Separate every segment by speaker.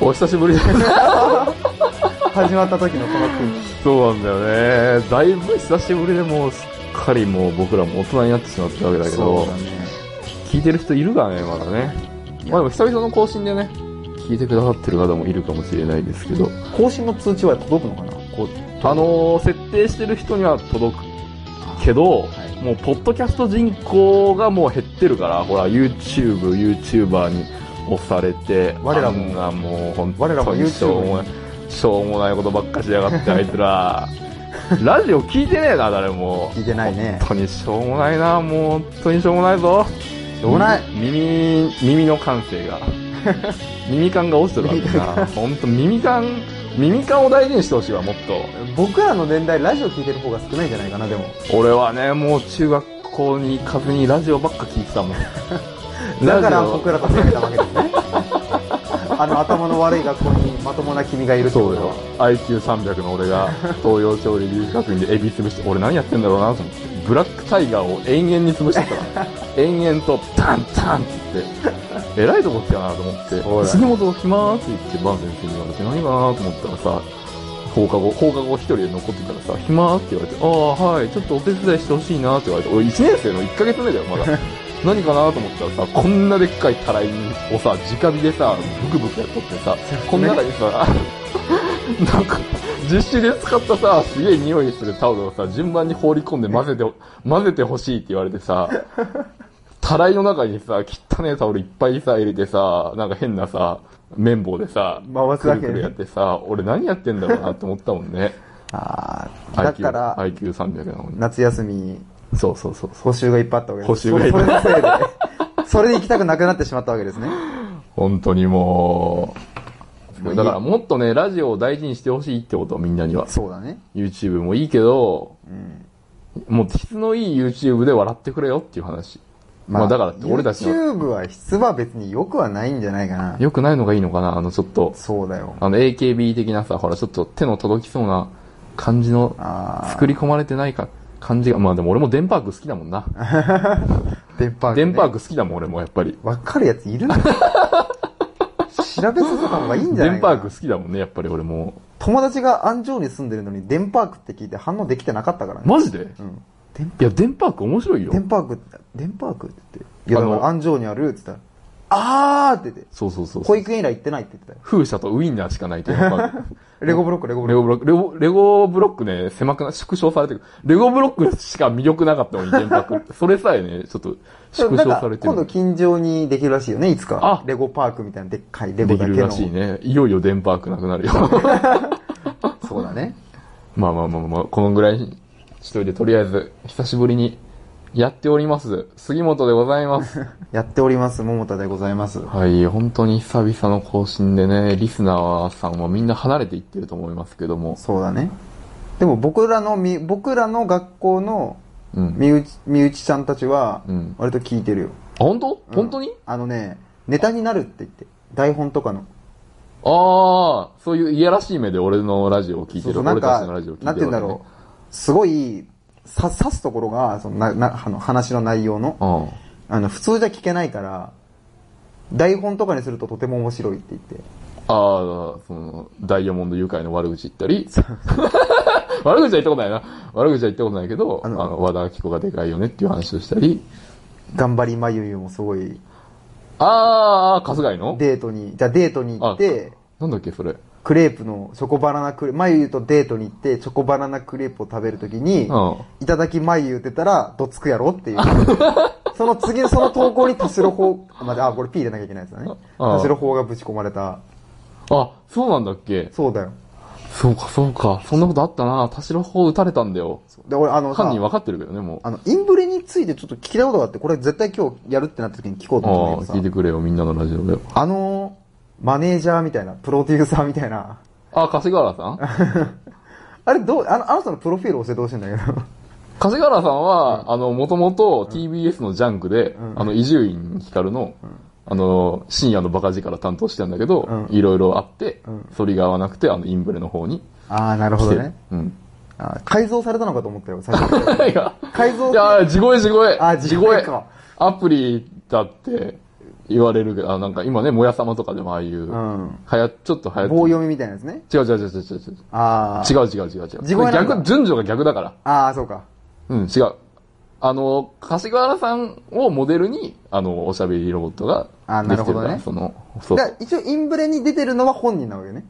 Speaker 1: お久しぶりです
Speaker 2: 始まった時のこの空
Speaker 1: そうなんだよねだいぶ久しぶりでもうすっかりもう僕らも大人になってしまったわけだ
Speaker 2: 気
Speaker 1: けど
Speaker 2: ね
Speaker 1: 聞いてる人いるかねまだねまあでも久々の更新でね聞いてくださってる方もいるかもしれないですけど
Speaker 2: 更新の通知は届くのかなこう
Speaker 1: あのー設定してる人には届くけど、
Speaker 2: い
Speaker 1: もうポッドキャスト人口がもう減ってるからほら YouTube、YouTuber に押されて
Speaker 2: 我らも
Speaker 1: あんなもう本
Speaker 2: 我らも
Speaker 1: 当にしょうもないしょうもないことばっかしやがってあいつら ラジオ聞いてねえな誰も
Speaker 2: 聞いてないね
Speaker 1: 本当にしょうもないなもう本当にしょうもないぞ
Speaker 2: しょうもない
Speaker 1: 耳耳の感性が耳感が落ちてるわけだな本当耳感耳感を大事にしてほしいわもっと
Speaker 2: 僕らの年代ラジオ聞いてる方が少ないんじゃないかなでも
Speaker 1: 俺はねもう中学校に行かずにラジオばっか聞いてたもん ラ
Speaker 2: だから
Speaker 1: ジオ
Speaker 2: 僕らと出会えたわけです ねあの頭の悪い学校にまともな君がいるってこ
Speaker 1: そう
Speaker 2: と
Speaker 1: よ
Speaker 2: は
Speaker 1: IQ300 の俺が東洋調理技術学院でエビ潰して俺何やってんだろうなと思ってブラックタイガーを延々に潰してたから延々とタンタンって言ってえらいとこ来たなと思
Speaker 2: そう
Speaker 1: って
Speaker 2: だ
Speaker 1: 杉本来まーって言ってバン先生に言われて何かなと思ったらさ放課後放課後一人で残ってたらさ暇って言われてああはいちょっとお手伝いしてほしいなって言われて俺1年生の1ヶ月目だよまだ 何かなと思ったらさこんなでっかいたらいをさ直火でさブクブクやっとってさこの中にさなんか実習で使ったさすげえ匂いするタオルをさ順番に放り込んで混ぜて混ぜてほしいって言われてさたらいの中にさ、汚ねえタオルいっぱいさ、入れてさ、なんか変なさ、綿棒でさ、
Speaker 2: 回すだけ
Speaker 1: くるくるやってさ、俺何やってんだろうなって思ったもんね。
Speaker 2: ああだから
Speaker 1: IQ、IQ300 なのに。
Speaker 2: 夏休み
Speaker 1: そうそうそうそう。
Speaker 2: 補習がいっぱいあったわけです
Speaker 1: 補習がいっ
Speaker 2: そ
Speaker 1: ぱい
Speaker 2: れのせいでそれに行きたくなくなってしまったわけですね
Speaker 1: 本当にも、
Speaker 2: もういうい
Speaker 1: だからもっとね、ラジオを大事にしてほしいってこと、みんなには。
Speaker 2: そうだね
Speaker 1: YouTube もいいけど、
Speaker 2: うん
Speaker 1: もう質のいい YouTube で笑ってくれよっていう話。まあ、だから俺たちの、
Speaker 2: YouTube は質は別に良くはないんじゃないかな
Speaker 1: 良くないのがいいのかな、あのちょっと、
Speaker 2: そうだよ
Speaker 1: あの AKB 的なさ、ほらちょっと手の届きそうな感じの
Speaker 2: あ
Speaker 1: 作り込まれてないか感じがまあでも俺もデンパーク好きだもんな
Speaker 2: あ電波
Speaker 1: デンパー
Speaker 2: ク
Speaker 1: ク好きだもん俺もやっぱり
Speaker 2: わかるやついるの 調べさせた方がいいんじゃ
Speaker 1: デ
Speaker 2: ない
Speaker 1: ンパ
Speaker 2: か
Speaker 1: ー
Speaker 2: な
Speaker 1: ク好きだもんねやっぱり俺も
Speaker 2: 友達が安城に住んでるのにデンパークって聞いて反応できてなかったからね、
Speaker 1: マジで、
Speaker 2: うんデン
Speaker 1: いやデンパーク面白いよ
Speaker 2: デンパークってデンパークって言っていや
Speaker 1: あ
Speaker 2: だ
Speaker 1: の
Speaker 2: から安城にあるって言ったらあーって言って
Speaker 1: そうそうそう
Speaker 2: 保育園以来行ってないって言ってたよ
Speaker 1: 風車とウインナーしかないデンパ ーク
Speaker 2: レゴブロックレゴブ
Speaker 1: レ
Speaker 2: ロッ
Speaker 1: ゴブロックレゴレゴブロックね狭くな縮小されてるレゴブロックしか魅力なかったのにデンパークそれさえねちょっと縮小
Speaker 2: クなん
Speaker 1: さ
Speaker 2: か
Speaker 1: れて
Speaker 2: 今度
Speaker 1: る
Speaker 2: 近所にできるらしいよねいつか
Speaker 1: あ
Speaker 2: レゴパークみたいなでっかいレゴ
Speaker 1: でき
Speaker 2: だけ
Speaker 1: る
Speaker 2: の
Speaker 1: らしいねいよいよデンパークなくなるよ
Speaker 2: そうだね
Speaker 1: まあまあまあまあ、このぐらいにしといて、とりあえず、久しぶりにやっております。杉本でござい ます。
Speaker 2: やっております桃田でございます
Speaker 1: はい、本当に久々の更新でね、リスナーさんはみんな離れていってると思いますけども。
Speaker 2: そうだねでも僕らのみ僕らの学校の
Speaker 1: うん。
Speaker 2: 身内身内ちゃんたちは
Speaker 1: うん
Speaker 2: 割と聞いてるよ、
Speaker 1: あ、本当本当に、
Speaker 2: あのねネタになるって言って台本とかの
Speaker 1: ああ、そういういやらしい目で俺のラジオを聞いて
Speaker 2: そう
Speaker 1: る。
Speaker 2: そうなん
Speaker 1: 俺た
Speaker 2: か
Speaker 1: ちのラジオを聞いてる。
Speaker 2: なんて言うんだろうすごいさ刺すところがそのななあの話の内容の
Speaker 1: う。
Speaker 2: あの普通じゃ聞けないから台本とかにするととても面白いって言って
Speaker 1: ああ、その、ダイヤモンド誘拐の悪口言ったり。 悪口は言ったことないな。悪口は言ったことないけど、
Speaker 2: あ
Speaker 1: あ
Speaker 2: の
Speaker 1: の、和田明子がでかいよねっていう話をしたり。
Speaker 2: 頑張りまゆゆもすごい
Speaker 1: ああ、春日井の
Speaker 2: デートにじゃあデートに行って
Speaker 1: なんだっけ、それ。
Speaker 2: クレープのチョコバナナクレープ、まゆゆとデートに行ってチョコバナナクレープを食べるときに、
Speaker 1: うん
Speaker 2: いただきまゆゆって言ったら、どつくやろ っていう。その次、その投稿に田代法、あまあ、あこれ P 入れなきゃいけないですよね。
Speaker 1: ああ
Speaker 2: 田代法がぶち込まれた。
Speaker 1: あ、そうなんだっけ
Speaker 2: そうだよ。
Speaker 1: そうか、そうか。そんなことあったな。田代法撃たれたんだよ。
Speaker 2: で、俺、あのさ
Speaker 1: 犯人分かってるけどね、もう。
Speaker 2: あの、インブレについてちょっと聞きたいことがあって、これ絶対今日やるってなった時に聞こうと
Speaker 1: あ
Speaker 2: 思
Speaker 1: あ
Speaker 2: っ
Speaker 1: ー、
Speaker 2: た
Speaker 1: 聞いて
Speaker 2: んだけど
Speaker 1: くれよ、みんなのラジオで。
Speaker 2: さ、あの、マネージャーみたいな、プロデューサーみたいな、
Speaker 1: あ、柏原さん
Speaker 2: あれどう、あの、あなたのプロフィール教えてほしいんだけど。
Speaker 1: 柏原さんは、あの、もともと TBS のジャンクで、あの、伊集院光の、あの、深夜のバカ力担当してたんだけど、
Speaker 2: うん
Speaker 1: いろいろあって
Speaker 2: うん、
Speaker 1: それが合わなくて、あの、インブレの方に
Speaker 2: ああ、なるほ
Speaker 1: 来
Speaker 2: ど
Speaker 1: てる
Speaker 2: ね。。
Speaker 1: うん。
Speaker 2: あー改造されたのかと思ったよ、最初。
Speaker 1: いや
Speaker 2: 改造
Speaker 1: いやー、地声地声。
Speaker 2: あ地声か
Speaker 1: アプリだって、言われるけど、あ、なんか今ね、もや様とかでもああいう、
Speaker 2: う
Speaker 1: は
Speaker 2: ん。
Speaker 1: や、ちょっと流行って
Speaker 2: 棒読みみたいなやつね。
Speaker 1: 違う違う違う違う違う。
Speaker 2: ああ。
Speaker 1: 違う違う違う違う。
Speaker 2: 地声なんだ
Speaker 1: 逆、順序が逆だから。
Speaker 2: ああ、そうか。
Speaker 1: うん、違う。あの、柏原さんをモデルに、あの、おしゃべりロボットが
Speaker 2: あ
Speaker 1: できて
Speaker 2: なるほ
Speaker 1: るか
Speaker 2: ど
Speaker 1: ら、
Speaker 2: ね
Speaker 1: その、そう
Speaker 2: だから一応インブレに出てるのは本人なわけね。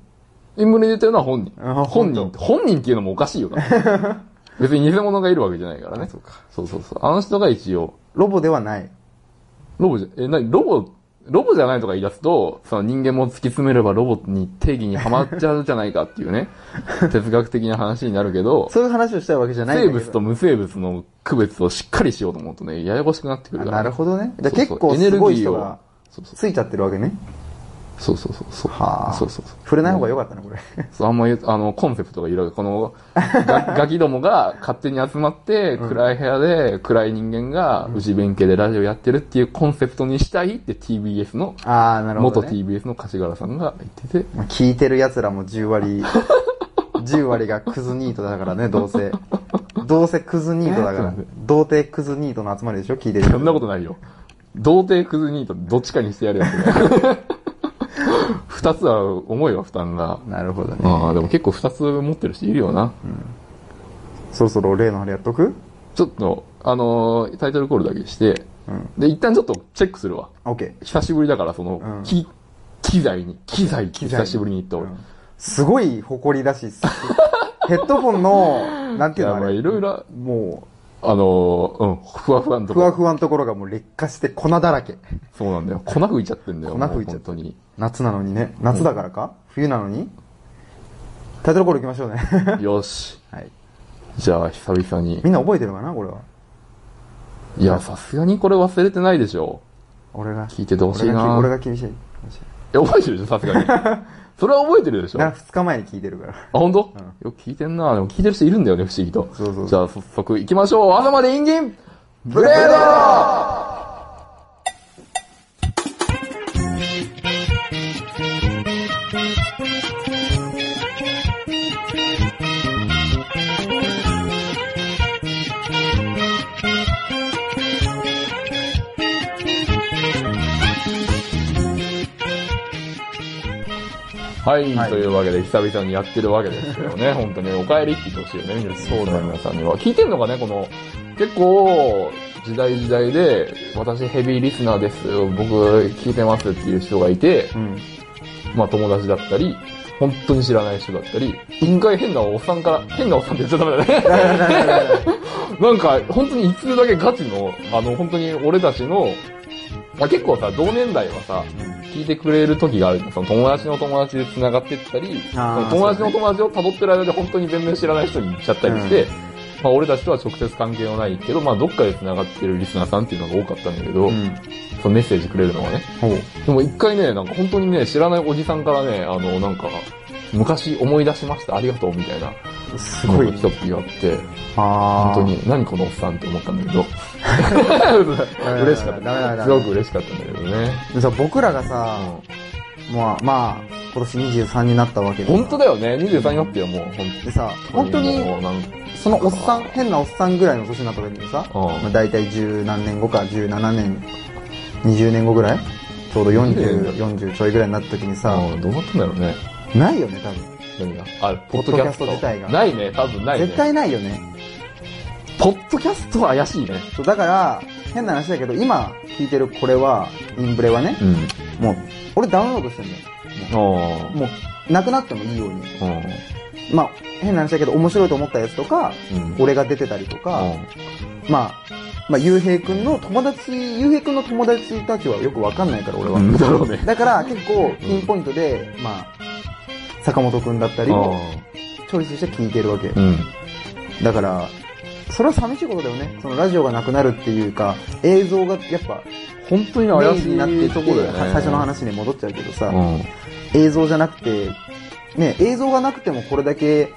Speaker 1: インブレに出てるのは本人。
Speaker 2: あ
Speaker 1: 本人
Speaker 2: 本、人
Speaker 1: 本人っていうのもおかしいよな。 別に偽物がいるわけじゃないからね。
Speaker 2: あそうか
Speaker 1: そうそうそう。あの人が一応、
Speaker 2: ロボではない。
Speaker 1: ロボじゃ、え、なに、ロボ、ロボじゃないとか言い出すと、その人間も突き詰めればロボに定義にはまっちゃうじゃないかっていう ね、哲学的な話になるけど、
Speaker 2: そういう話をしたいわけじゃないんだ
Speaker 1: 生
Speaker 2: けど。
Speaker 1: 物と無生物の区別をしっかりしようと思うとね、ややこしくなってくる
Speaker 2: あ
Speaker 1: から。
Speaker 2: なるほどね。じゃ
Speaker 1: そう
Speaker 2: あ結
Speaker 1: そう
Speaker 2: 構すごい人
Speaker 1: エネルギーを
Speaker 2: が
Speaker 1: そうそう
Speaker 2: ついちゃってるわけね。
Speaker 1: そうそうそうそう。
Speaker 2: はあ。
Speaker 1: そうそうそう。
Speaker 2: 触れない方が
Speaker 1: よ
Speaker 2: 良かったな、これ。
Speaker 1: そう、あんま言う、あの、コンセプトがいろいろ、この、ガガキどもが 勝手に集まって、暗い部屋で、暗い人間が、内弁慶でラジオやってるっていうコンセプトにしたいって TBS の、
Speaker 2: ああ、なるほ
Speaker 1: 元
Speaker 2: ど、ね。
Speaker 1: TBS の柏原さんが言ってて、
Speaker 2: まあ聞いてる奴らも10割、10割がクズニートだからね、どうせ。どうせクズニートだから。童貞クズニートの集まりでしょ聞いてる。
Speaker 1: そんなことないよ。童貞クズニート、どっちかにしてやるやつが。 二つは、重いわ、負担が。
Speaker 2: なるほどね。
Speaker 1: ああ、でも結構二つ持ってる人いるよな。
Speaker 2: そろそろ例のあれやっとく
Speaker 1: ちょっと、あのータイトルコールだけして、
Speaker 2: うん
Speaker 1: で、一旦ちょっとチェックするわ。
Speaker 2: オッケー。
Speaker 1: 久しぶりだから、その、
Speaker 2: うん
Speaker 1: き機材に、機材って
Speaker 2: 機材に
Speaker 1: 久しぶりに言った俺。
Speaker 2: うんすごい誇 りだし、すヘッドフォンの、なんていう
Speaker 1: い
Speaker 2: の
Speaker 1: や、
Speaker 2: あ
Speaker 1: まあ
Speaker 2: れ。
Speaker 1: いろいろ、
Speaker 2: も
Speaker 1: あのーうん、ふわふわの
Speaker 2: う、
Speaker 1: と
Speaker 2: ふ
Speaker 1: こ。
Speaker 2: わふわのところがもう劣化して粉だらけ。
Speaker 1: そうなんだよ。粉吹いちゃってんだよ。
Speaker 2: 粉
Speaker 1: もう
Speaker 2: 吹いちゃって
Speaker 1: 本当に。
Speaker 2: 夏なのにね。夏だからか冬なのにタイトルコール行きましょうね。
Speaker 1: よし。
Speaker 2: はい。
Speaker 1: じゃあ、久々に
Speaker 2: み。んな覚えてるかなこれは。
Speaker 1: いや、さすがにこれ忘れてないでしょ。
Speaker 2: 俺が。
Speaker 1: 聞いててほしいな
Speaker 2: 俺が厳しい。
Speaker 1: いや、覚えてるでしょ、さすがに。 それは覚えてるでしょ。
Speaker 2: な
Speaker 1: あ、
Speaker 2: 2日前に聞いてるから。
Speaker 1: 本当、よく聞いてんなでも聞いてる人いるんだよね、不思議と。
Speaker 2: そうそうそう
Speaker 1: じゃあ、早速行きましょう。朝までインギンブレードはい、
Speaker 2: はい
Speaker 1: というわけで久々にやってるわけですけど ね、本当にお帰りって言ってほしいよね、皆さん
Speaker 2: そうだよ
Speaker 1: 皆さんには。聞いてんのかね、この、結構、時代時代で、私ヘビーリスナーです、僕聞いてますっていう人がいて、
Speaker 2: うん。
Speaker 1: まあ友達だったり、本当に知らない人だったり、一回変なおっさんから、変なおっさんって言っちゃダメだね。 なんか、本当に一通だけガチの、あの、本当に俺たちの、まあ、結構さ、同年代はさ、聞いてくれる時があるじゃんその友達の友達で繋がってったり、そ
Speaker 2: あ
Speaker 1: の
Speaker 2: ー
Speaker 1: 友達の友達を辿ってる間で本当に全然知らない人に行っちゃったりして、まあ俺たちとは直接関係はないけど、まあどっかで繋がってるリスナーさんっていうのが多かったんだけど、
Speaker 2: うん。
Speaker 1: そのメッセージくれるのはね。
Speaker 2: ほう。
Speaker 1: でも一回ね、なんか本当にね、知らないおじさんからね、あの、なんか、昔思い出しました、ありがとう、みたいな、
Speaker 2: すごい。
Speaker 1: 一つ言わって、
Speaker 2: あ
Speaker 1: 本
Speaker 2: ー
Speaker 1: 当。に、何このおっさんって思ったんだけ ど、嬉しか
Speaker 2: ダメダ
Speaker 1: った。
Speaker 2: メダメ
Speaker 1: すごく嬉しかったんだけどね。
Speaker 2: でさ、僕らがさ、まあ、まあ、今年23になったわけで。
Speaker 1: 本当だよね、23になってよ、もう、本
Speaker 2: でさ、本当
Speaker 1: も
Speaker 2: に、
Speaker 1: うなん
Speaker 2: そのおっさん、変なおっさんぐらいの年になった時にさ、
Speaker 1: うん
Speaker 2: まあ、大体10何年後か17年、20年後ぐらいちょうど40、40ちょいぐらいになった時にさ、
Speaker 1: うんどうなったんだろうね。
Speaker 2: ないよね、多分。
Speaker 1: 何があ、ポッドキャスト。
Speaker 2: ポッドキャスト自体が
Speaker 1: ないね、多分ないね。
Speaker 2: 絶対ないよね。
Speaker 1: ポッドキャストは怪しいね。
Speaker 2: そうだから、変な話だけど、今聞いてるこれは、インブレはね、
Speaker 1: うん。
Speaker 2: もう、俺ダウンロードしてんだよ。
Speaker 1: あ
Speaker 2: もう、なくなってもいいように。
Speaker 1: あ。うん。
Speaker 2: まあ、変な話だけど、面白いと思ったやつとか、
Speaker 1: うん
Speaker 2: 俺が出てたりとか、まあ、まあ、ゆうへいくんの友達、ゆうへいくんの友達たちはよくわかんないから、俺は。
Speaker 1: うんだろうね
Speaker 2: だから、結構、ピンポイントで、まあ、坂本くんだったり
Speaker 1: うん
Speaker 2: を、チョイスして聞いてるわけ。
Speaker 1: うん。
Speaker 2: だから、それは寂しいことだよね。そのラジオがなくなるっていうか、映像がやっぱ、
Speaker 1: 本当に
Speaker 2: メイ
Speaker 1: 怪
Speaker 2: ン
Speaker 1: し
Speaker 2: になってい
Speaker 1: い
Speaker 2: って
Speaker 1: ところだよね。
Speaker 2: 最初の話に戻っちゃうけどさ、
Speaker 1: うん。
Speaker 2: 映像じゃなくて、ね、映像がなくてもこれだけ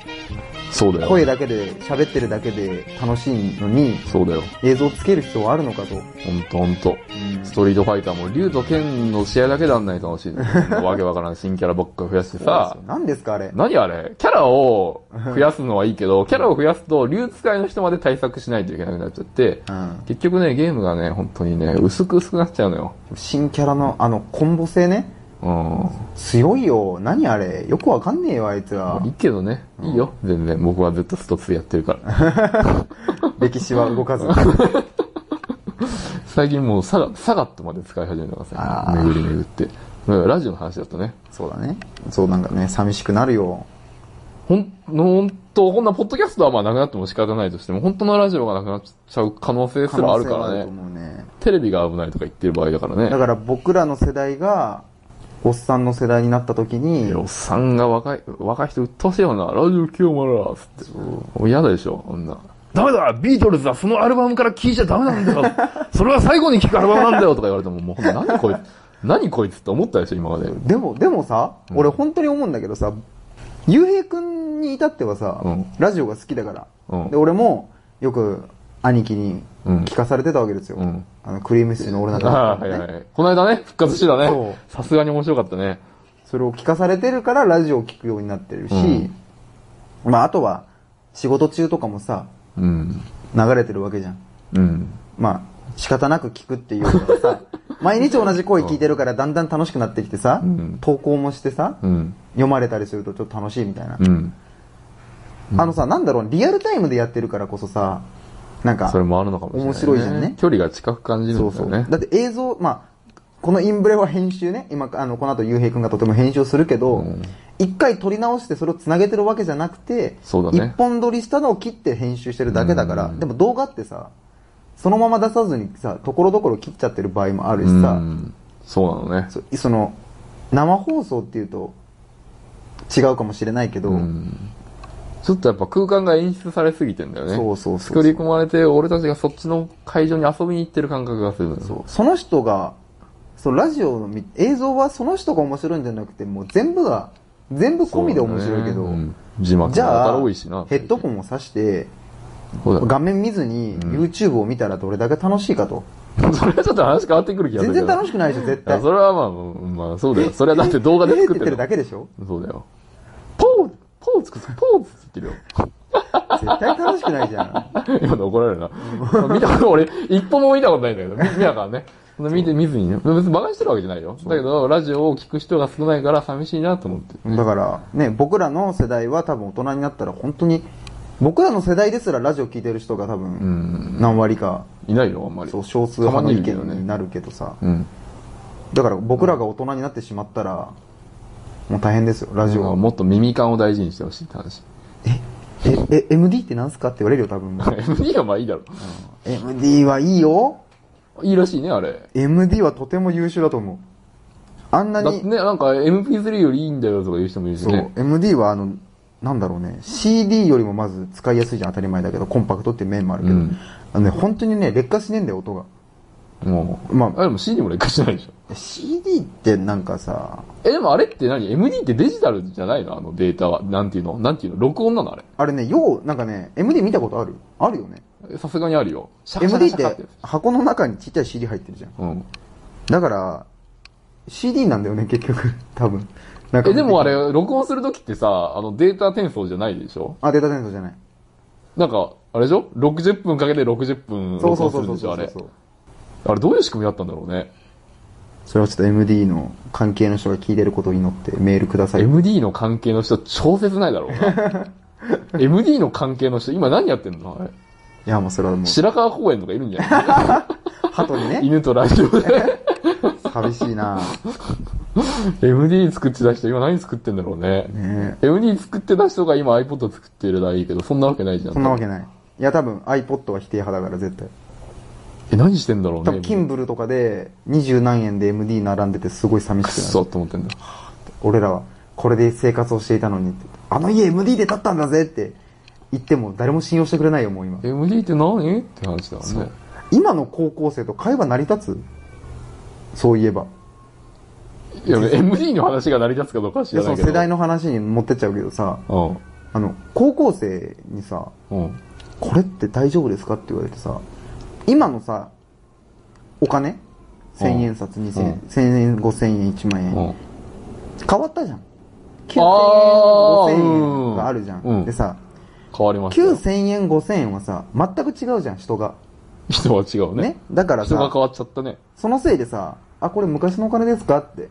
Speaker 1: そうだよ。
Speaker 2: 声だけで、喋ってるだけで楽しいのに、
Speaker 1: そうだよ。
Speaker 2: 映像つける必要はあるのかと。
Speaker 1: ほんとほんと。ストリートファイターも、竜と剣の試合だけであんなに楽しい の。わけわからん新キャラばっか増やしてさ、
Speaker 2: 何ですかあれ。
Speaker 1: 何あれキャラを増やすのはいいけど、キャラを増やすと、竜使いの人まで対策しないといけなくなっちゃって、
Speaker 2: うん。
Speaker 1: 結局ね、ゲームがね、本当にね、薄く薄くなっちゃうのよ。
Speaker 2: 新キャラのあのコンボ性ね。
Speaker 1: うん。
Speaker 2: 強いよ。何あれ。よくわかんねえよ、あいつら
Speaker 1: いい。けどね、いいよ。全然、僕はずっとスト2やってる から。
Speaker 2: 歴史は動 かず。
Speaker 1: 最近もうサガ、サガットまで使い始めたから
Speaker 2: あ
Speaker 1: さ、
Speaker 2: ー
Speaker 1: 巡り巡って。だからラジオの話だとね、
Speaker 2: そうだね。そうなんかね、寂しくなるよ。
Speaker 1: ほん、ほんと、こんなポッドキャストはまあなくなっても仕方ないとしても、本当のラジオがなくなっちゃう可能性すらあるか
Speaker 2: 可能性はある
Speaker 1: ら
Speaker 2: と
Speaker 1: ね。
Speaker 2: 思うね。
Speaker 1: テレビが危ないとか言ってる場合だからね。
Speaker 2: だから僕らの世代が、おっさんの世代になった時に、
Speaker 1: おっさんが若い、若い人うっとうしいよな、ラジオ清村っつって。もう嫌だでしょ、あんな。ダメだビートルズはそのアルバムから聴いちゃダメなんだ よそれは最後に聴くアルバムなんだよとか言われても、もう何こいつ、何こいつって思ったでしょ、今まで。
Speaker 2: でも、でもさ、俺本当に思うんだけどさ、ゆうへいくんに至ってはさ、
Speaker 1: うん
Speaker 2: ラジオが好きだから、
Speaker 1: うん
Speaker 2: で、俺もよく兄貴に
Speaker 1: うん
Speaker 2: 聞かされてたわけですよ。
Speaker 1: うん
Speaker 2: あの、クリームシチューの俺な
Speaker 1: あ
Speaker 2: ん
Speaker 1: あ、
Speaker 2: か
Speaker 1: はいは
Speaker 2: ね。
Speaker 1: い。この間ね、復活してた
Speaker 2: そ
Speaker 1: ね
Speaker 2: う。
Speaker 1: さすがに面白かったね。
Speaker 2: それを聞かされてるからラジオを聞くようになってるし、
Speaker 1: うん
Speaker 2: まあ、あとは、仕事中とかもさ、
Speaker 1: うん。
Speaker 2: 流れてるわけじゃん。
Speaker 1: うん。
Speaker 2: まあ、仕方なく聞くっていうか らさ、毎日同じ声聞いてるからだんだん楽しくなってきてさ、
Speaker 1: うん
Speaker 2: 投稿もしてさ、
Speaker 1: うん。
Speaker 2: 読まれたりするとちょっと楽しいみたいな
Speaker 1: う。ん。
Speaker 2: あのさ、なんだろう、リアルタイムでやってるからこそさ、なんか、
Speaker 1: それもあるのかもしれない、
Speaker 2: 面白いじゃんね
Speaker 1: 距離が近く感じる
Speaker 2: そ
Speaker 1: ん
Speaker 2: う
Speaker 1: だ
Speaker 2: そ
Speaker 1: よ
Speaker 2: う。
Speaker 1: ね。
Speaker 2: だって映像、まあ、このインブレは編集ね、今、あの、この後、ゆうへいくんがとても編集をするけど
Speaker 1: ん、
Speaker 2: 一、回撮り直してそれを繋げてるわけじゃなくて、
Speaker 1: そうだね
Speaker 2: 一本撮りしたのを切って編集してるだけだから、
Speaker 1: うん
Speaker 2: でも動画ってさ、そのまま出さずにさ、ところどころ切っちゃってる場合もあるし
Speaker 1: う
Speaker 2: さ、
Speaker 1: ん。そうなのね。
Speaker 2: そその、生放送っていうと、違うかもしれないけど、
Speaker 1: うんちょっとやっぱ空間が演出されすぎてんだよね。
Speaker 2: そうそうそう
Speaker 1: 作り込まれて、俺たちがそっちの会場に遊びに行ってる感覚がするのよ。
Speaker 2: そうその人がそのラジオのみ映像はその人が面白いんじゃなくてもう全部が全部
Speaker 1: そう
Speaker 2: 込みで面白いけど、
Speaker 1: なんだよねうん字幕
Speaker 2: じ
Speaker 1: が
Speaker 2: ゃ
Speaker 1: やた
Speaker 2: あ
Speaker 1: ら多いしな。
Speaker 2: ヘッドホンを挿して
Speaker 1: そうだ
Speaker 2: 画面見ずに YouTube を見たらどれだけ楽しいかと、
Speaker 1: よそれはちょっと話変わってくる気がする
Speaker 2: 全
Speaker 1: け
Speaker 2: 然
Speaker 1: ど。
Speaker 2: 楽しくないでしょ絶対
Speaker 1: いやそれはまあ、うんまあそうだよ。それはだって動画で作っ
Speaker 2: え
Speaker 1: て
Speaker 2: ーて
Speaker 1: る
Speaker 2: るだけでしょ
Speaker 1: そうだよ。ポーズポーズポーズって言っ
Speaker 2: 絶対楽しくないじゃん
Speaker 1: てるよ。今の怒られるな。見たこと、俺、一本も見たことないんだけど、見見たからね。そんな見て、見ずにね。別に馬鹿にしてるわけじゃないよ。だけど、ラジオを聞く人が少ないから寂しいなと思って。
Speaker 2: だからね僕らの世代は多分大人になったら本当に僕らの世代ですらラジオ聞いてる人が多分何割か、
Speaker 1: いないよ、あんまり。
Speaker 2: そう少数派の意
Speaker 1: たまにいるけど
Speaker 2: 見
Speaker 1: ね
Speaker 2: になるけどさ、
Speaker 1: うん。
Speaker 2: だから僕らが大人になってしまったら、もう大変ですよ、ラジオが。
Speaker 1: もっと耳感を大事にしてほしいって話。
Speaker 2: え、え、MD ってなんすかって言われるよ、多分。
Speaker 1: MD はまあいいだろ。
Speaker 2: MD はいいよ。
Speaker 1: いいらしいね、あれ。
Speaker 2: MD はとても優秀だと思う。あんな
Speaker 1: だって
Speaker 2: に、
Speaker 1: ね、なんか MP3 よりいいんだよとか言う人もいるし
Speaker 2: そう、
Speaker 1: ね。
Speaker 2: MD はあの、なんだろうね、CD よりもまず使いやすいじゃん、当たり前だけど、コンパクトっていう面もあるけど、
Speaker 1: うん
Speaker 2: あのね、本当にね、劣化しねえんだよ、音が。
Speaker 1: もう。
Speaker 2: まあ
Speaker 1: あ、でも CD も劣化してないでしょ。
Speaker 2: CD ってなんかさ、
Speaker 1: え、でもあれって何 ?MD ってデジタルじゃないのあのデータは。なんていうのなんていうの録音なのあれ
Speaker 2: あれね、よう、なんかね、MD 見たことあるあるよね。。
Speaker 1: えさすがにあるよ。シャカシャ
Speaker 2: MD
Speaker 1: カ
Speaker 2: っ
Speaker 1: シャカって
Speaker 2: て
Speaker 1: やつ。
Speaker 2: 箱の中にちっちゃい CD 入ってるじゃん。
Speaker 1: うん。
Speaker 2: だから、CD なんだよね、結局。 多分。なん
Speaker 1: え、でもあれ、録音するときってさ、あのデータ転送じゃないでしょ
Speaker 2: あ、データ転送じゃない。
Speaker 1: なんか、あれでしょ ?60 分かけて60分
Speaker 2: そう
Speaker 1: 録
Speaker 2: そう
Speaker 1: 音す
Speaker 2: そ
Speaker 1: る
Speaker 2: う
Speaker 1: で
Speaker 2: んそう
Speaker 1: し
Speaker 2: そ
Speaker 1: ょ
Speaker 2: う
Speaker 1: あれ。あれどういう仕組みだったんだろうね。
Speaker 2: それはちょっと MD の関係の人が聞いてることを祈ってメールください。
Speaker 1: MD の関係の人、超切ないだろうな。MD の関係の人、今何やってんのあれ
Speaker 2: いや、もうそれはもう、
Speaker 1: 白川公園とかいるんじゃない
Speaker 2: 鳩にね、
Speaker 1: 犬とラジオ で。
Speaker 2: 寂しいな
Speaker 1: MD 作ってた人、今何作ってんだろうね。
Speaker 2: ね
Speaker 1: MD 作ってた人が今 iPod 作ってるならいいけど、そんなわけないじゃん。
Speaker 2: そんなわけない。いや、多分 iPod は否定派だから、絶対。
Speaker 1: え、何してんだろう
Speaker 2: 多
Speaker 1: ね。
Speaker 2: 分 Kindle とかで、二十何円で MD 並んでてすごい寂
Speaker 1: くっ
Speaker 2: しくな
Speaker 1: そ
Speaker 2: る。
Speaker 1: って思ってんだ。
Speaker 2: 俺らは、これで生活をしていたのにって、あの家 MD で建ったんだぜって言っても誰も信用してくれないよ、もう今。
Speaker 1: MD って何って話だもんね。
Speaker 2: 今の高校生と会話成り立つそういえば。
Speaker 1: いや、MD の話が成り立つかどうかは知
Speaker 2: で
Speaker 1: ら
Speaker 2: そ
Speaker 1: ないけ
Speaker 2: の
Speaker 1: ど。
Speaker 2: 世代の話に持ってっちゃうけどさ、
Speaker 1: うん。
Speaker 2: あの、高校生にさ、
Speaker 1: うん。
Speaker 2: これって大丈夫ですかって言われてさ、今のさ、お金
Speaker 1: うん
Speaker 2: ?1000 円札、2000
Speaker 1: うん
Speaker 2: 円、1000円、5000円、1万円。
Speaker 1: うん。
Speaker 2: 変わったじゃん。9000
Speaker 1: あー
Speaker 2: 円、5000円があるじゃん。
Speaker 1: うん
Speaker 2: でさ、
Speaker 1: 変わりましたよ。
Speaker 2: 9000円、5000円はさ、全く違うじゃん、人が。
Speaker 1: 人は違う
Speaker 2: ね。
Speaker 1: ね。
Speaker 2: だから
Speaker 1: 人が
Speaker 2: さ、
Speaker 1: 変わっちゃったね。
Speaker 2: そのせいでさ、あ、これ昔のお金ですかって。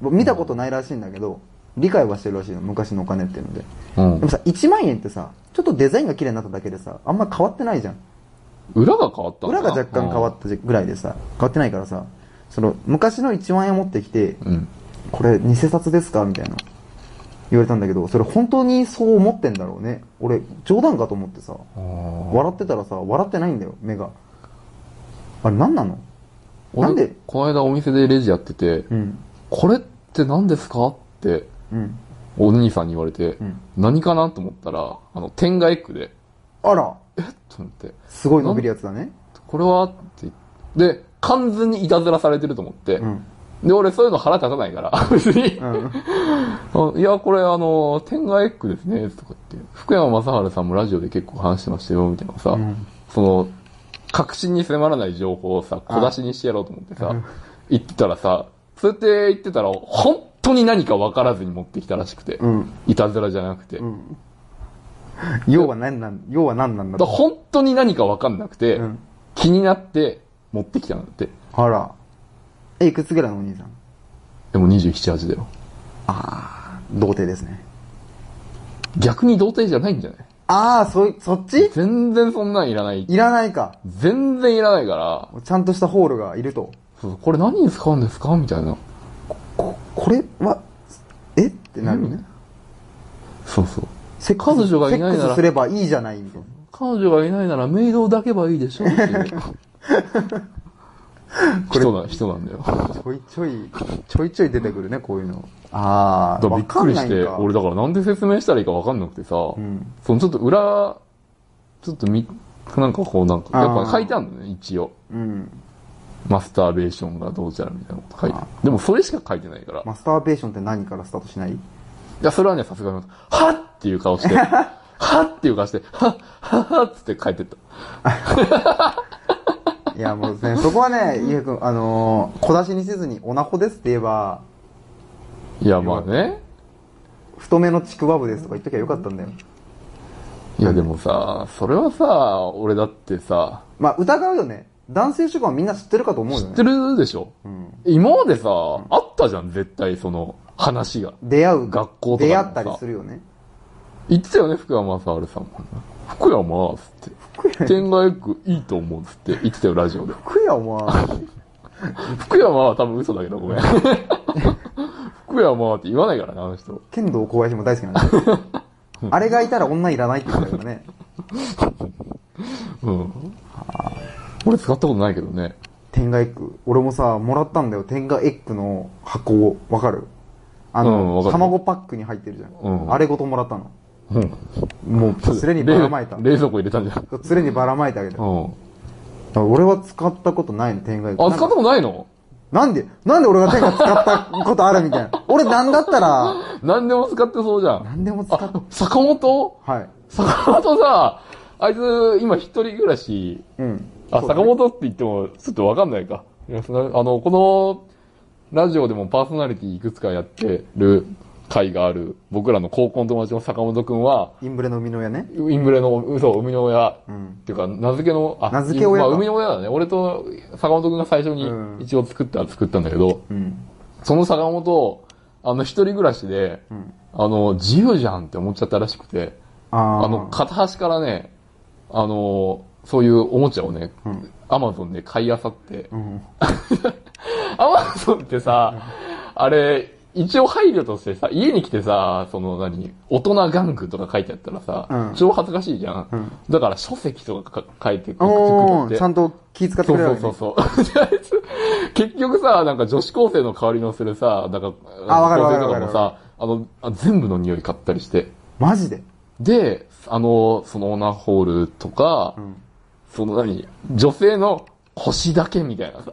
Speaker 2: 見たことないらしいんだけど、理解はしてるらしいの、昔のお金っていうので。
Speaker 1: う
Speaker 2: でも
Speaker 1: ん。
Speaker 2: さ、1万円ってさ、ちょっとデザインが綺麗になっただけでさ、あんま変わってないじゃん。
Speaker 1: 裏が変わったんだ
Speaker 2: 裏
Speaker 1: な
Speaker 2: が若干変わったぐらいでさ、変わってないからさ、その、昔の1万円持ってきて、
Speaker 1: うん。
Speaker 2: これ偽札ですかみたいな。言われたんだけど、それ本当にそう思ってんだろうね。俺、冗談かと思ってさ、
Speaker 1: うん
Speaker 2: 笑ってたらさ、笑ってないんだよ、目が。あれ何なのなんで
Speaker 1: 俺この間お店でレジやってて、
Speaker 2: うん。
Speaker 1: これって何ですかって、
Speaker 2: うん。
Speaker 1: お兄さんに言われて、
Speaker 2: うん
Speaker 1: 何かなと思ったら、あの、天外エッグで、
Speaker 2: あら、
Speaker 1: えっと思って、
Speaker 2: すごい伸びるやつだね。
Speaker 1: これはって言って、で、完全にいたずらされてると思って、
Speaker 2: うん。
Speaker 1: で、俺そういうの腹立たないから、 別に、
Speaker 2: うん。
Speaker 1: あいや、これあの、天外エッグですね、とか言って、福山雅治さんもラジオで結構話してましたよ、みたいなさ、
Speaker 2: うん
Speaker 1: その、確信に迫らない情報をさ、小出しにしてやろうと思ってさ、言ってたらさ、そうやって言ってたら、本当に何か分からずに持ってきたらしくて、
Speaker 2: うん。
Speaker 1: いたずらじゃなくて、
Speaker 2: うん。要は何なん、要は何なんだ
Speaker 1: だ
Speaker 2: と
Speaker 1: から本当に何か分かんなくて、
Speaker 2: うん
Speaker 1: 気になって持ってきたんだって。
Speaker 2: あら。え、いくつぐらいのお兄さん
Speaker 1: でも27、8だよ。
Speaker 2: 童貞ですね。
Speaker 1: 逆に童貞じゃないんじゃない
Speaker 2: ああ、そい、そっち
Speaker 1: 全然そんなんいらない。
Speaker 2: いらないか。
Speaker 1: 全然いらないから、
Speaker 2: ちゃんとしたホールがいると。
Speaker 1: そうこれ何に使うんですかみたいな。
Speaker 2: こ、これは、えってなるね。
Speaker 1: そうそう。
Speaker 2: セックス
Speaker 1: 彼女がいないなら
Speaker 2: セックスすればいいじゃない、みたい
Speaker 1: 彼女がいないならメイドを抱けばいいでしょっていう 人な、人なんだよ。
Speaker 2: な。ちょいちょい、ちょいちょい出てくるね、こういうの。ああ、
Speaker 1: だからびっくりして、
Speaker 2: わかんない
Speaker 1: 俺
Speaker 2: んか
Speaker 1: だからなんで説明したらいいかわかんなくてさ、
Speaker 2: ん
Speaker 1: そのちょっと裏、ちょっとみ、なんかこうなんか、やっ
Speaker 2: あ
Speaker 1: ぱ
Speaker 2: ー
Speaker 1: 書いてあるんだね、一応。
Speaker 2: うん。
Speaker 1: マスターベーションがどうじゃらみたいなこと書いてあるでもそれしか書いてないから。い
Speaker 2: マスターベーションって何からスタートしない
Speaker 1: や、それはね、さすがに、はっっていう顔 して、はっっていう顔して、はっ、はっはっつって書いてった。
Speaker 2: いや、もうね、そこはね、ゆうくん、あのー、小出しにせずに、おなほですって言えば、
Speaker 1: いや、まあね。
Speaker 2: 太めのちくわぶですとか言っときゃよかったんだよ。
Speaker 1: いや、でもさ、それはさ、俺だってさ、
Speaker 2: まあ、疑うよね。男性主語はみんな知ってるかと思うよ
Speaker 1: 知っ
Speaker 2: ね
Speaker 1: て。るでしょ、
Speaker 2: ん
Speaker 1: 今までさ、あったじゃん、絶対その話が。
Speaker 2: 出会う。
Speaker 1: 学校とかで
Speaker 2: 出
Speaker 1: も
Speaker 2: 会
Speaker 1: さ
Speaker 2: ったりするよね。
Speaker 1: 言ってたよね、福山雅治さんも。福山つって。天外エッグいいと思うっつって言ってたよ、ラジオで。
Speaker 2: 福山は、
Speaker 1: 福山は多分嘘だけど、ごめん。 福山はって言わないからね、あの人。
Speaker 2: 剣道小林も大好きなんだよ。あれがいたら女いらないって言うんだからね。
Speaker 1: うん。俺使ったことないけどね。
Speaker 2: 天下エッグ。俺もさ、もらったんだよ。天下エッグの箱を。わかるあ
Speaker 1: うんわ
Speaker 2: の、
Speaker 1: かる
Speaker 2: 卵パックに入ってるじゃん。
Speaker 1: うん
Speaker 2: あれごともらったの。
Speaker 1: うん。
Speaker 2: もう、すれにばらまいた。
Speaker 1: 冷冷蔵庫入れたんじゃん。
Speaker 2: すれにばらまいてあげた。だか
Speaker 1: うん。
Speaker 2: ら俺は使ったことないの、天下エッグ。
Speaker 1: あ、使ったことないの
Speaker 2: なんで、なんで俺が天下使ったことあるみたい な。俺なんだったら、
Speaker 1: 何でも使ってそうじゃん。
Speaker 2: 何でも使っ
Speaker 1: あ、坂本
Speaker 2: はい。
Speaker 1: 坂本さ、あいつ、今一人暮らし、
Speaker 2: うん。
Speaker 1: あ、坂本って言っても、ちょっとわかんないか。いやそのあの、この、ラジオでもパーソナリティいくつかやってる回がある、僕らの高校の友達の坂本くんは、
Speaker 2: インブレの生みの親ね。
Speaker 1: インブレの、嘘、生みの親、
Speaker 2: うん
Speaker 1: っていうか、名付けの、あ
Speaker 2: 名付け親か
Speaker 1: まあ、生みの親だね。俺と坂本くんが最初に
Speaker 2: うん
Speaker 1: 一応作ったら作ったんだけど、
Speaker 2: うん。
Speaker 1: その坂本、あの、一人暮らしで、
Speaker 2: うん。
Speaker 1: あの、自由じゃんって思っちゃったらしくて、
Speaker 2: ああ。
Speaker 1: あの、片端からね、あの、そういうおもちゃをね、
Speaker 2: うん。
Speaker 1: アマゾンで買い漁って、
Speaker 2: うん。
Speaker 1: アマゾンってさ、あれ、一応配慮としてさ、家に来てさ、その何、大人玩具とか書いてあったらさ、
Speaker 2: うん
Speaker 1: 超恥ずかしいじゃん。
Speaker 2: うん
Speaker 1: だから書籍とかか書いてく
Speaker 2: お
Speaker 1: って
Speaker 2: ー、ちゃんと気遣って
Speaker 1: そ
Speaker 2: く
Speaker 1: う
Speaker 2: れる
Speaker 1: そ
Speaker 2: わ
Speaker 1: う
Speaker 2: け、ね、
Speaker 1: そうそう。 であいつ結局さ、なんか女子高生の代わりのするさ、なんか、
Speaker 2: あわかるわかる
Speaker 1: 高生とかもさ、あのあ、全部の匂い買ったりして。
Speaker 2: マジで
Speaker 1: で、あの、そのオナホールとか、
Speaker 2: ん
Speaker 1: その何、女性の腰だけみたいなさ、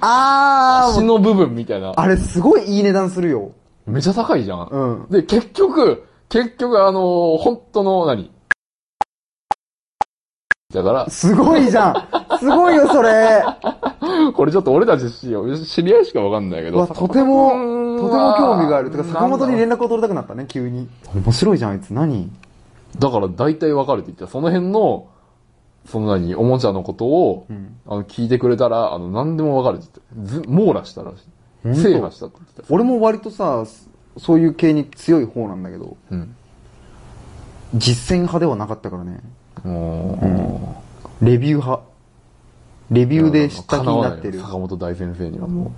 Speaker 2: あー
Speaker 1: 足の部分みたいな。
Speaker 2: あれすごいいい値段するよ。
Speaker 1: めちゃ高いじゃん。
Speaker 2: うん
Speaker 1: で、結局、結局、あのー本当の何、だから、
Speaker 2: すごいじゃんすごいよ、それ
Speaker 1: これちょっと俺たちしよう知り合いしかわかんないけ
Speaker 2: う
Speaker 1: ど
Speaker 2: わ、、とて
Speaker 1: う
Speaker 2: も、
Speaker 1: ーん
Speaker 2: とても興味がある。てか、
Speaker 1: なんだ
Speaker 2: 坂本に連絡を取りたくなったね、急に。面白いじゃん、あいつ。何
Speaker 1: だから大体分かれていった。その辺の、その何、おもちゃのことを、
Speaker 2: うん。
Speaker 1: あの、聞いてくれたら、あの、何でも分かれていった。ず、網羅したらし
Speaker 2: 本
Speaker 1: い。
Speaker 2: 当
Speaker 1: 制覇したって言ってた。
Speaker 2: 俺も割とさ、そういう系に強い方なんだけど、
Speaker 1: うん。
Speaker 2: 実践派ではなかったからね。
Speaker 1: も
Speaker 2: レビュー派。レビューで知った気にな
Speaker 1: 叶わ。
Speaker 2: ってる
Speaker 1: ないよ坂本大先生にはも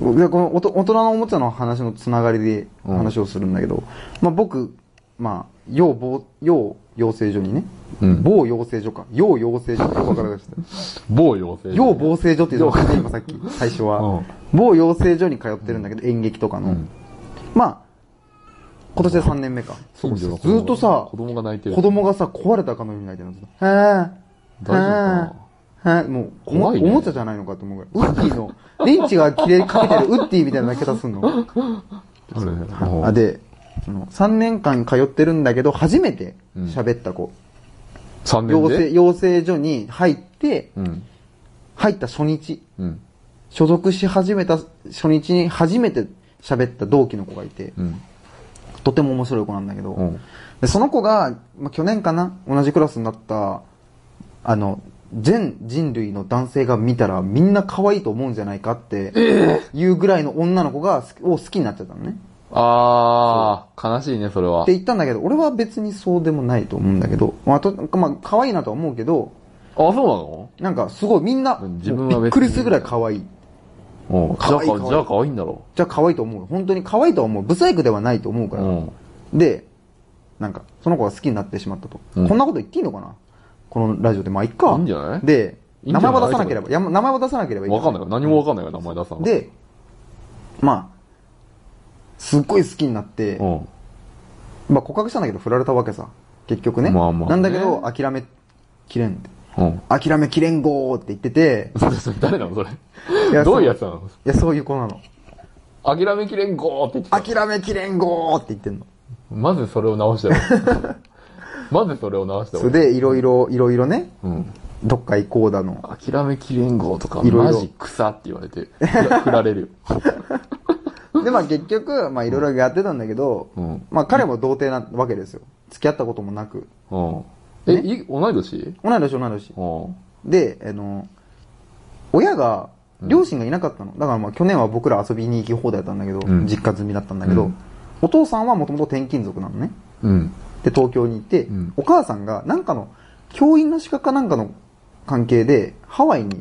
Speaker 2: でこのおと大人のおもちゃの話のつながりで
Speaker 1: うん
Speaker 2: 話をするんだけど、まあ、僕、まあ、要某要養成所にね、
Speaker 1: うん
Speaker 2: 某養成所か要養成所ってよくわからないです
Speaker 1: う、某養成。
Speaker 2: 要養成所っていうのがね今さっき最初は、
Speaker 1: うん
Speaker 2: 某養成所に通ってるんだけど演劇とか
Speaker 1: う
Speaker 2: の、
Speaker 1: ん
Speaker 2: まあ今年で3年目か
Speaker 1: 近所の子
Speaker 2: ず
Speaker 1: 供
Speaker 2: ーっとさ
Speaker 1: 子供が泣いてる。
Speaker 2: 子供がさ壊れたかのように泣いてるんですよはあ
Speaker 1: 大丈夫か
Speaker 2: はあもうおも
Speaker 1: 怖いね
Speaker 2: おもちゃじゃないのかと思うぐらいウッ ディの電池が切れかけてるウッディみたいな泣き方すんの
Speaker 1: あれもう
Speaker 2: あで、その3年間通ってるんだけど、初めて喋った子、
Speaker 1: 3年
Speaker 2: 養
Speaker 1: で
Speaker 2: 成、養成所に入って、
Speaker 1: うん。
Speaker 2: 入った初日、
Speaker 1: うん。
Speaker 2: 所属し始めた初日に初めて喋った同期の子がいて、
Speaker 1: うん。
Speaker 2: とても面白い子なんだけど、
Speaker 1: うん
Speaker 2: でその子が、まあ、去年かな、同じクラスになった、あの、全人類の男性が見たらみんな可愛いと思うんじゃないかっていうぐらいの女の子が好きを好きになっちゃったのね。
Speaker 1: あー、悲しいね、それは
Speaker 2: って。言ったんだけど、俺は別にそうでもないと思うんだけど、まあ、とまあ、可愛いなとは思うけど、
Speaker 1: あ、そうなの
Speaker 2: なんかすごいみんな、
Speaker 1: うん自分は別に
Speaker 2: びっくりするぐらい可愛い。
Speaker 1: うん。じゃ
Speaker 2: 可
Speaker 1: あ、
Speaker 2: 愛
Speaker 1: じ
Speaker 2: い可愛い
Speaker 1: ゃあ可愛いんだろ
Speaker 2: じゃあ可愛いと思う。本当に可愛いとは思う。不細工ではないと思うか
Speaker 1: う。
Speaker 2: ら。
Speaker 1: うん。
Speaker 2: で、なんか、その子が好きになってしまったと。
Speaker 1: うん
Speaker 2: こんなこと言っていいのかなこのラジオで。まあ、いっか。
Speaker 1: いいんじゃない
Speaker 2: で、
Speaker 1: いいんじゃ
Speaker 2: 名
Speaker 1: ない
Speaker 2: 前は出さなければ、や名前は出さなければいい。
Speaker 1: わかんないよ。何もわかんないよ、名前出さん。、
Speaker 2: で、まあ、すっごい好きになって、
Speaker 1: うん。
Speaker 2: まあ告白したんだけど振られたわけさ。結局ね。
Speaker 1: まあまあね
Speaker 2: なんだけど、諦めきれんって。
Speaker 1: うん。
Speaker 2: 諦めきれんごーって言ってて、
Speaker 1: それ、それ、誰なのそ
Speaker 2: い
Speaker 1: れ。
Speaker 2: や
Speaker 1: どういうやつなの
Speaker 2: いや、そういう子なの。
Speaker 1: 諦めきれんごーって言ってた
Speaker 2: 諦めきれんごーって言ってんの。
Speaker 1: まずそれを直してよ。まずそれを直して
Speaker 2: それで、いろいろ、いろいろね、
Speaker 1: うん。
Speaker 2: どっか行こうだの。
Speaker 1: 諦めきれんごーとか、
Speaker 2: いろい
Speaker 1: マ
Speaker 2: ろ
Speaker 1: ジ草って言われて、 振られるよ。
Speaker 2: で、まあ結局、まあいろいろやってたんだけど、
Speaker 1: うん
Speaker 2: まあ彼も童貞なわけですよ。付き合ったこともなく。
Speaker 1: うん。え、い同い年
Speaker 2: 同い年同い年。
Speaker 1: うん。
Speaker 2: で、あの、親が、両親がいなかったの。だからまあ去年は僕ら遊びに行き放題だったんだけど、
Speaker 1: うん
Speaker 2: 実家済みだったんだけ
Speaker 1: う
Speaker 2: ど、
Speaker 1: ん
Speaker 2: お父さんはもともと転勤族なのね。
Speaker 1: うん。
Speaker 2: で、東京に行って、
Speaker 1: うん
Speaker 2: お母さんが、なんかの、教員の資格かなんかの関係で、ハワイに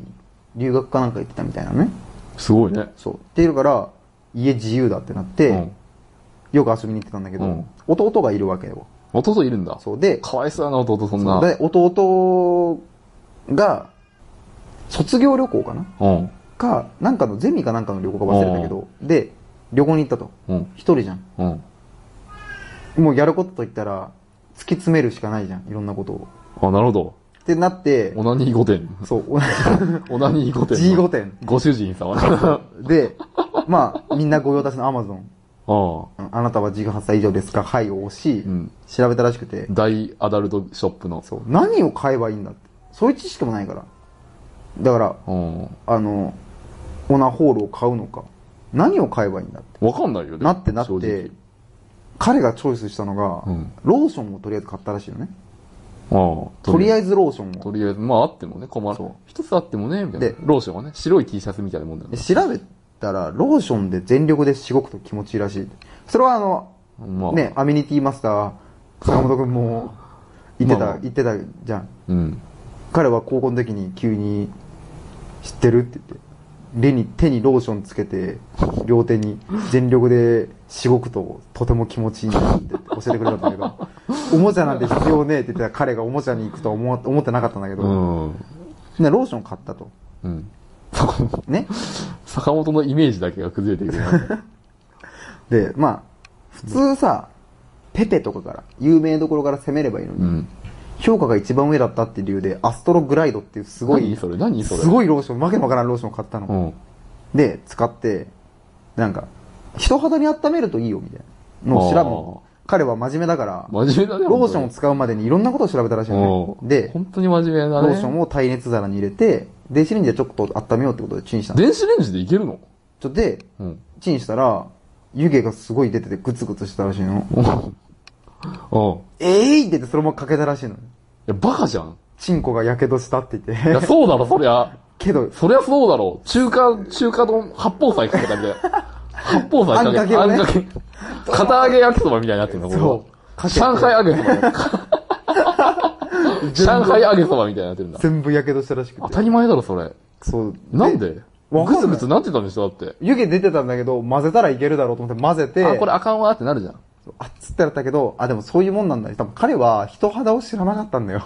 Speaker 2: 留学かなんか行ってたみたいなね。
Speaker 1: すごいね。
Speaker 2: そう。っていうから、家自由だってなって、
Speaker 1: うん。
Speaker 2: よく遊びに行ってたんだけど、
Speaker 1: うん
Speaker 2: 弟がいるわけよ。
Speaker 1: 弟いるんだ。
Speaker 2: そうで、
Speaker 1: かわいそうやな、弟そんな。
Speaker 2: で弟が、卒業旅行かな
Speaker 1: うん。
Speaker 2: か、なんかのゼミかなんかの旅行か忘れたけど、で、旅行に行ったと。
Speaker 1: うん。
Speaker 2: 一人じゃん。
Speaker 1: うん。
Speaker 2: もうやることと言ったら、突き詰めるしかないじゃん。いろんなことを。
Speaker 1: あ、なるほど。
Speaker 2: ってなって
Speaker 1: オ、ナニー御殿。
Speaker 2: そう、お
Speaker 1: オナニー御殿。
Speaker 2: G 御殿。
Speaker 1: ご主人様。 あ
Speaker 2: で、まあ、みんなご用達のアマゾン、
Speaker 1: あ。
Speaker 2: あなたは18歳以上ですかはいを押し、
Speaker 1: うん
Speaker 2: 調べたらしくて、
Speaker 1: 大アダルトショップの。
Speaker 2: そう、何を買えばいいんだって。そういう知識もないから。だから、
Speaker 1: うん。
Speaker 2: あの、オナホールを買うのか、何を買えばいいんだって。
Speaker 1: わかんないよね。
Speaker 2: なってなっ
Speaker 1: 正
Speaker 2: て
Speaker 1: 直、
Speaker 2: 彼がチョイスしたのが、
Speaker 1: うん
Speaker 2: ローションをとりあえず買ったらしいのね。
Speaker 1: ああ。
Speaker 2: とりあ
Speaker 1: え
Speaker 2: えずローション
Speaker 1: ず。と
Speaker 2: を。
Speaker 1: りあえず、まああってもね、困る。一つあってもね、みたいな。
Speaker 2: で
Speaker 1: ローションはね、白い T シャツみたいなもんだよ
Speaker 2: で
Speaker 1: ね。
Speaker 2: 調べたら、ローションで全力でしごくと気持ちいいらしい。それはあの、
Speaker 1: まあ。
Speaker 2: ね、アメニティマスター、坂本君も言ってた、
Speaker 1: まあまあ
Speaker 2: 言ってたじゃん。
Speaker 1: うん。
Speaker 2: 彼は高校の時に急に、知ってるって言って、手に、手にローションつけて、両手に全力でしごくと、とても気持ちいいんだって教えてくれたんだけど、おもちゃなんて必要ねえって言ってた彼がおもちゃに行くとは思わ思ってなかったんだけど、
Speaker 1: うん。
Speaker 2: でローション買ったと。
Speaker 1: うん。
Speaker 2: ね。
Speaker 1: 坂本のイメージだけが崩れてるね。
Speaker 2: で、まあ、普通さ、ペペとかから、有名どころから攻めればいいのに、
Speaker 1: うん。
Speaker 2: 評価が一番上だったっていう理由で、アストログライドっていう すごい、
Speaker 1: 何それ何それ
Speaker 2: すごいローション、わけのわからんローションを買ったの。
Speaker 1: うん。
Speaker 2: で、使って、なんか、人肌に温めるといいよ、みたいなのを調べ
Speaker 1: あ
Speaker 2: 彼は真面目だから、
Speaker 1: 真面目だね。
Speaker 2: ローションを
Speaker 1: 本
Speaker 2: 使うまでにいろんなことを調べたらしい
Speaker 1: 当に
Speaker 2: の
Speaker 1: うん
Speaker 2: ね。で、
Speaker 1: 本当に真面目だ
Speaker 2: ロ
Speaker 1: ね。
Speaker 2: ーションを耐熱皿に入れて、電子レンジでちょっと温めようってことでチンしたの。
Speaker 1: 電子レンジでいけるの
Speaker 2: ちょで、
Speaker 1: うん。
Speaker 2: チンしたら、湯気がすごい出ててグツグツしたらしいの。
Speaker 1: うん。い
Speaker 2: えーいって言ってそのままかけたらしいの。
Speaker 1: や、バカじゃん。
Speaker 2: チンコが火傷したって言
Speaker 1: い
Speaker 2: っ
Speaker 1: や、
Speaker 2: て。
Speaker 1: そうだろ、そりゃ。
Speaker 2: けど、
Speaker 1: そりゃそうだろ。中華、中華丼、八宝菜かけたみたいな。八宝菜かけた。
Speaker 2: あんかけをね
Speaker 1: け片揚げ焼きそばみたいになってんの、これは
Speaker 2: そうかけて
Speaker 1: 上海揚げそば だよ。上海揚げそばみたいになってるんだ。
Speaker 2: 全部火傷したらしく
Speaker 1: 当
Speaker 2: て。
Speaker 1: たり前だろ、それ。
Speaker 2: そう。
Speaker 1: なんで
Speaker 2: わかん
Speaker 1: ぐ
Speaker 2: ない
Speaker 1: つぐつなってたんでしょ、だって。
Speaker 2: 湯気出てたんだけど、混ぜたらいけるだろうと思って混ぜて、
Speaker 1: あ、これあかんわーってなるじゃん。
Speaker 2: あっつってやったけど、あ、でもそういうもんなんだね。多分彼は人肌を知らなかったんだよ。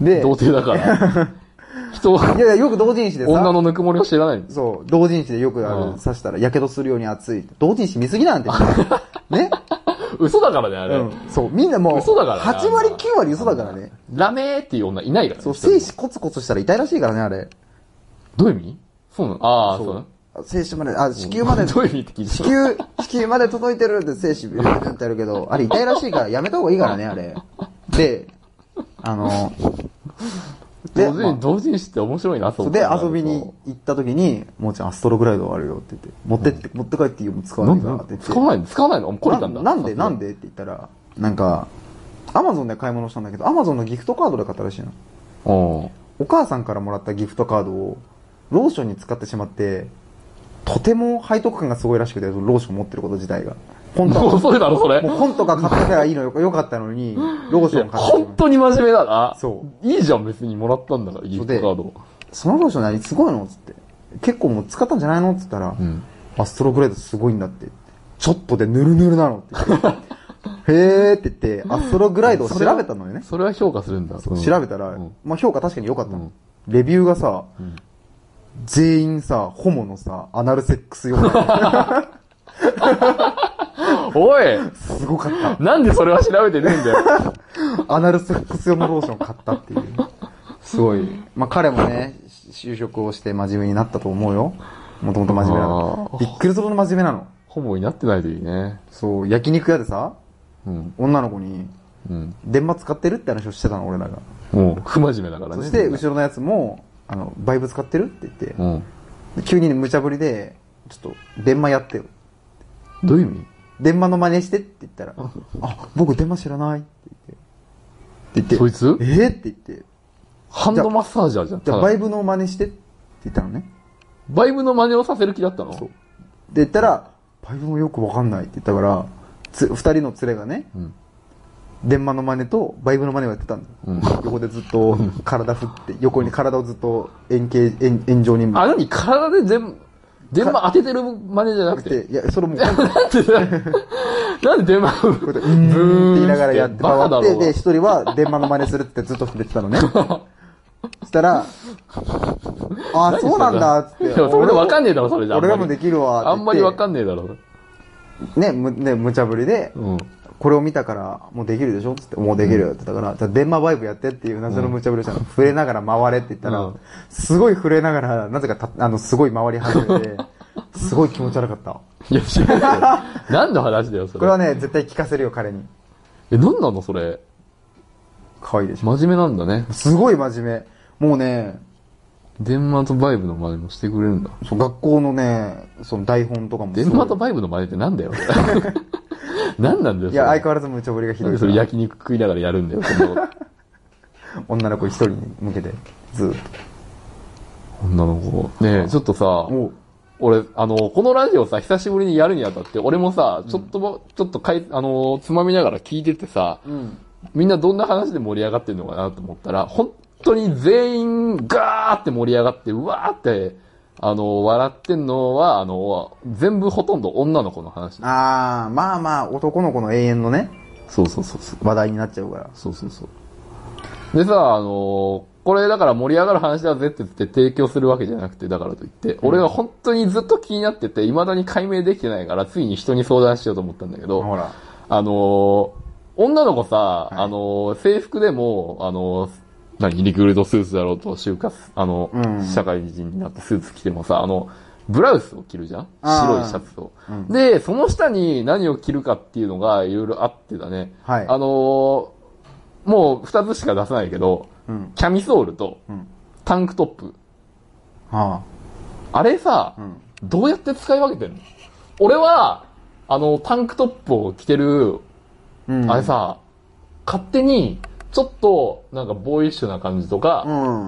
Speaker 2: で、
Speaker 1: 童貞だから。 人は、
Speaker 2: いやいや、よく同人誌でさ、
Speaker 1: 女のぬくもりを知らない。
Speaker 2: そう、同人誌でよくあ
Speaker 1: うん
Speaker 2: る、刺したら、やけどするように熱い。同人誌見す ぎなんて。ね
Speaker 1: 嘘だからね、あれ。
Speaker 2: うん。そう、みんなもう、
Speaker 1: 嘘だからね
Speaker 2: 8割9割嘘だからね。
Speaker 1: ラメーっていう女いないからね。
Speaker 2: そう、
Speaker 1: 一人も
Speaker 2: 精子コツコツしたら痛いらしいからね、あれ。
Speaker 1: どういう意味そうなのああ、そうなの
Speaker 2: あ精子まで、あ、子宮まで、
Speaker 1: ど
Speaker 2: 子
Speaker 1: ういう意味って聞いてた
Speaker 2: 宮、子宮まで届いてるって精子ビュービューってやるけど、あれ痛いらしいからやめた方がいいからね、あれ。で、あの、
Speaker 1: 同
Speaker 2: まあ
Speaker 1: 人、同人誌って面白いな、そ
Speaker 2: そううで、遊びに行った時に、もうちゃんアストログライドあるよって言って、持ってって、持って帰っていいよ、もう使わ
Speaker 1: な
Speaker 2: ない
Speaker 1: んで
Speaker 2: からって
Speaker 1: なん
Speaker 2: 言
Speaker 1: で
Speaker 2: って。
Speaker 1: 使わないの使わないの懲りたんだ。
Speaker 2: ななんでなん
Speaker 1: で
Speaker 2: でって言ったら、なんか、アマゾンで買い物したんだけど、アマゾンのギフトカードで買ったらしいの。
Speaker 1: うん。
Speaker 2: お母さんからもらったギフトカードを、ローションに使ってしまって、とても背徳感がすごいらしくて、ローション持ってること自体が。本当
Speaker 1: もう
Speaker 2: は、
Speaker 1: 遅いだろ、それ。
Speaker 2: もう本とか買ってたらいいのよ、よかったのに、ローション買ってしま
Speaker 1: 本
Speaker 2: う
Speaker 1: 当に真面目だな。。
Speaker 2: そう
Speaker 1: いいじゃん、別にもらったんだから、ギフトカード。
Speaker 2: そのローション何すごいのつって。結構もう使ったんじゃないのつったら、
Speaker 1: うん。
Speaker 2: アストログレードすごいんだって。ちょっとでヌルヌルなのって 言って。へーって言って、アストログライドを調べたのよね。
Speaker 1: それは評価するんだ。
Speaker 2: そう
Speaker 1: うん
Speaker 2: 調べたら、
Speaker 1: うん
Speaker 2: まあ評価確かに良かったの、
Speaker 1: うん
Speaker 2: レビューがさ、
Speaker 1: ん
Speaker 2: 全員さ、ホモのさ、アナルセックス用だ
Speaker 1: おい
Speaker 2: すごかっ
Speaker 1: なんでそれは調べてねえんだ よ。
Speaker 2: た。アナルセックス用のローションを買ったっていう。すごい。まあ彼もね、し就職をして真面目になったと思うよ。もともと真面目なの
Speaker 1: あ。ー
Speaker 2: びっくりするほど真面目なの。
Speaker 1: ホモになってないといいね。
Speaker 2: そう、焼肉屋でさ、
Speaker 1: うん。
Speaker 2: 女の子に、
Speaker 1: うん。
Speaker 2: 電話使ってるって話をしてたの、俺らが。
Speaker 1: もう、不真面目だからね。
Speaker 2: そして、
Speaker 1: みんな
Speaker 2: 後ろのやつも、あの、バイブ使ってるって言って、
Speaker 1: うん。
Speaker 2: 急にね無茶ぶりで、ちょっと、電話やってよ。
Speaker 1: どういう意味
Speaker 2: 電話の真似してって言ったら、あ、僕電話知らないって言って。って
Speaker 1: そ
Speaker 2: 言
Speaker 1: い
Speaker 2: って、
Speaker 1: つ
Speaker 2: えーって言って、
Speaker 1: ハンドマッサージャーじゃん。
Speaker 2: じゃ
Speaker 1: た
Speaker 2: あ
Speaker 1: だ
Speaker 2: バイブの真似してって言ったのね。
Speaker 1: バイブの真似をさせる気だったの
Speaker 2: そう。で、言ったら、バイブもよくわかんないって言ったから、つ二人の連れがね、
Speaker 1: ん
Speaker 2: 電話の真似とバイブの真似をやってたんだよ。横でずっと体振って、横に体をずっと円形、円円状に向
Speaker 1: あ、なに体で全部、電話当ててる真似じゃなくて。
Speaker 2: けて、いや、それもう本当 に
Speaker 1: なんでだよなんで電話を
Speaker 2: こうやって、うーんって言いながらやって
Speaker 1: バカ
Speaker 2: 回
Speaker 1: だ
Speaker 2: って、
Speaker 1: ろ
Speaker 2: で、一人は電話の真似するってずっと言ってたのね。 そしたら、あ、そうなんだ、っつって。
Speaker 1: いやそれでわかんねえだろ、それじゃあんま
Speaker 2: 俺
Speaker 1: り
Speaker 2: らもできるわ、
Speaker 1: あんまりわか
Speaker 2: ん
Speaker 1: んねえだろ。
Speaker 2: ね、む、ね、無茶ぶりで、
Speaker 1: うん。
Speaker 2: これを見たから、もうできるでしょつって、もうできるよって言ったから、じゃあ電話バイブやってっていう謎の無茶ぶりをしたの。触れながら回れって言った
Speaker 1: う
Speaker 2: ら
Speaker 1: ん、
Speaker 2: すごい震えながら、なぜかた、あの、すごい回り始め て、すごい気持ち悪かった。
Speaker 1: いや、 知らないよ。何の話だよ、そ
Speaker 2: こ
Speaker 1: れ。
Speaker 2: れはね、絶対聞かせるよ、彼に。
Speaker 1: え、何なの、それ。
Speaker 2: 可愛いでしょ。
Speaker 1: 真面目なんだね。
Speaker 2: すごい真面目。もうね、
Speaker 1: 電話とバイブの真似もしてくれるんだ。
Speaker 2: そう学校のね、その台本とかもす
Speaker 1: 電
Speaker 2: ごい
Speaker 1: 話とバイブの真似ってなん だよ。何なんだよ、
Speaker 2: いや、相
Speaker 1: それ
Speaker 2: 変わらず無茶ぶりがひ
Speaker 1: なん
Speaker 2: どい
Speaker 1: でそ
Speaker 2: か
Speaker 1: れ
Speaker 2: ら。
Speaker 1: 焼肉食いながらやるんだよ、その
Speaker 2: 女の子一人に向けて、ずーっ
Speaker 1: 女の子。ねえ、ちょっとさ
Speaker 2: と。、お
Speaker 1: 俺、あの、このラジオさ、久しぶりにやるにあたって、俺もさ、ちょっとも、ちょっとかい、あの、つまみながら聞いててさ、
Speaker 2: うん。
Speaker 1: みんなどんな話で盛り上がってるのかなと思ったら、本当に全員ガーって盛り上がって、うわーって、あの、笑ってんのは、あの、全部ほとんど女の子の話。
Speaker 2: あー、まあまあ、男の子の永遠のね、
Speaker 1: そうそうそうそう。
Speaker 2: 話題になっちゃうから。
Speaker 1: そうそうそう。でさ、あのーこれだから盛り上がる話だぜって言って提供するわけじゃなくて、だからといって、俺が本当にずっと気になってて、未だに解明できてないから、ついに人に相談しようと思ったんだけど、
Speaker 2: ほら。
Speaker 1: あのー女の子さ、
Speaker 2: い
Speaker 1: あのー制服でも、あのー何、リクルートスーツだろうと、就活、あの、
Speaker 2: うん
Speaker 1: 社会人になってスーツ着てもさ、あの、ブラウスを着るじゃん
Speaker 2: あー
Speaker 1: 白いシャツを、
Speaker 2: うん
Speaker 1: で、その下に何を着るかっていうのがいろいろあってだね。
Speaker 2: はい
Speaker 1: あのーもう二つしか出さないけど、
Speaker 2: うん。
Speaker 1: キャミソールと
Speaker 2: うん。
Speaker 1: タンクトップ。
Speaker 2: は
Speaker 1: あれさ、
Speaker 2: あ。うん。
Speaker 1: どうやって使い分けてんの俺は、あの、タンクトップを着てる、
Speaker 2: うん。
Speaker 1: あれ。さ、勝手に、ちょっと、なんかボーイッシュな感じとか、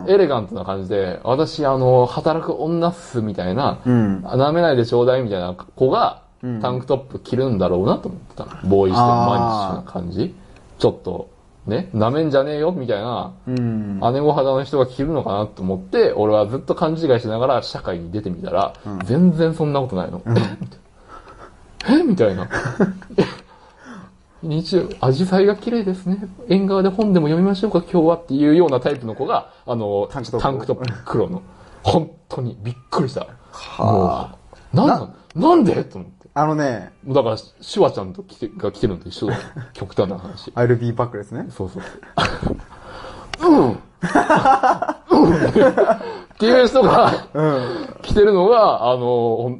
Speaker 2: うん。
Speaker 1: エレガントな感じで、私、あの、働く女っす、みたいな、
Speaker 2: うん。
Speaker 1: 舐めないでちょうだい、みたいな子が
Speaker 2: うん、
Speaker 1: タンクトップ着るんだろうなと思ってたの。ボーイッシュでマニッシュな感じ。ちょっと、ね、舐めんじゃねえよ、みたいな、
Speaker 2: うん。
Speaker 1: 姉御肌の人が着るのかなと思って、俺はずっと勘違いしながら社会に出てみたら、
Speaker 2: うん
Speaker 1: 全然そんなことないの。 えみたいな。 日曜、アジサイが綺麗ですね。縁側で本でも読みましょうか、今日はっていうようなタイプの子が、あの、
Speaker 2: タンクトップ
Speaker 1: 黒の。本当に、びっくりした。
Speaker 2: は
Speaker 1: もうなんな、なんでと思って。
Speaker 2: あのね、
Speaker 1: もうだから、シュワちゃんと来てが来てるのと一緒だよ。極端な話。
Speaker 2: I'll be back ですね。
Speaker 1: そうそう。うん。うんっていう人が
Speaker 2: うん。
Speaker 1: 来てるのが、あの、ほ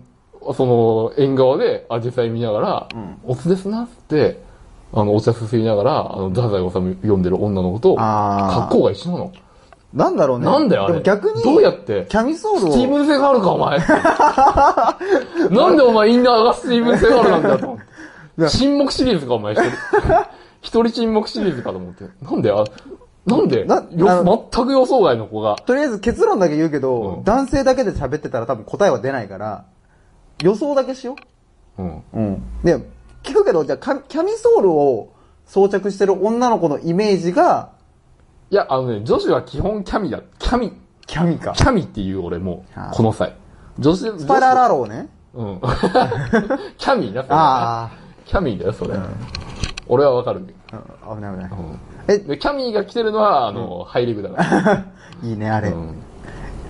Speaker 1: んその、縁側で、アジサイ見ながら、
Speaker 2: ん
Speaker 1: おつですなっつって、あの、お茶すすりながら、あの、太宰治読んでる女の子と、
Speaker 2: あー
Speaker 1: 格好が一緒なの。
Speaker 2: なんだろうね。
Speaker 1: なんだよ、あ
Speaker 2: で
Speaker 1: れ。
Speaker 2: も逆に、
Speaker 1: どうやって
Speaker 2: キャミソールを。
Speaker 1: スティーブン性があるか、お前。 なんでお前インナーがスティーブン性があるなんだと思って
Speaker 2: いや
Speaker 1: 沈黙シリーズか、お前。一人一 人沈黙シリーズかと思って。なんであ、なんで
Speaker 2: なあ
Speaker 1: よ全く予想外の子が。
Speaker 2: とりあえず結論だけ言うけど、
Speaker 1: うん
Speaker 2: 男性だけで喋ってたら多分答えは出ないから、予想だけしよ
Speaker 1: うん。
Speaker 2: う。うん。で、聞くけど、じゃあかキャミソールを装着してる女の子のイメージが、
Speaker 1: いや、あのね、女子は基本キャミだ。キャミ、
Speaker 2: キャミか
Speaker 1: キャミっていう俺も
Speaker 2: あー
Speaker 1: う、この際。女子、ス
Speaker 2: スパララローね。
Speaker 1: うん。 キャミだ、それはね。
Speaker 2: あ
Speaker 1: キャミだよ、それ。俺はわかるけど。
Speaker 2: あー。うん危ない危ない。
Speaker 1: うんでキャミが着てるのは、あの、ハイレグだから。
Speaker 2: え、いいね、あれ。
Speaker 1: うん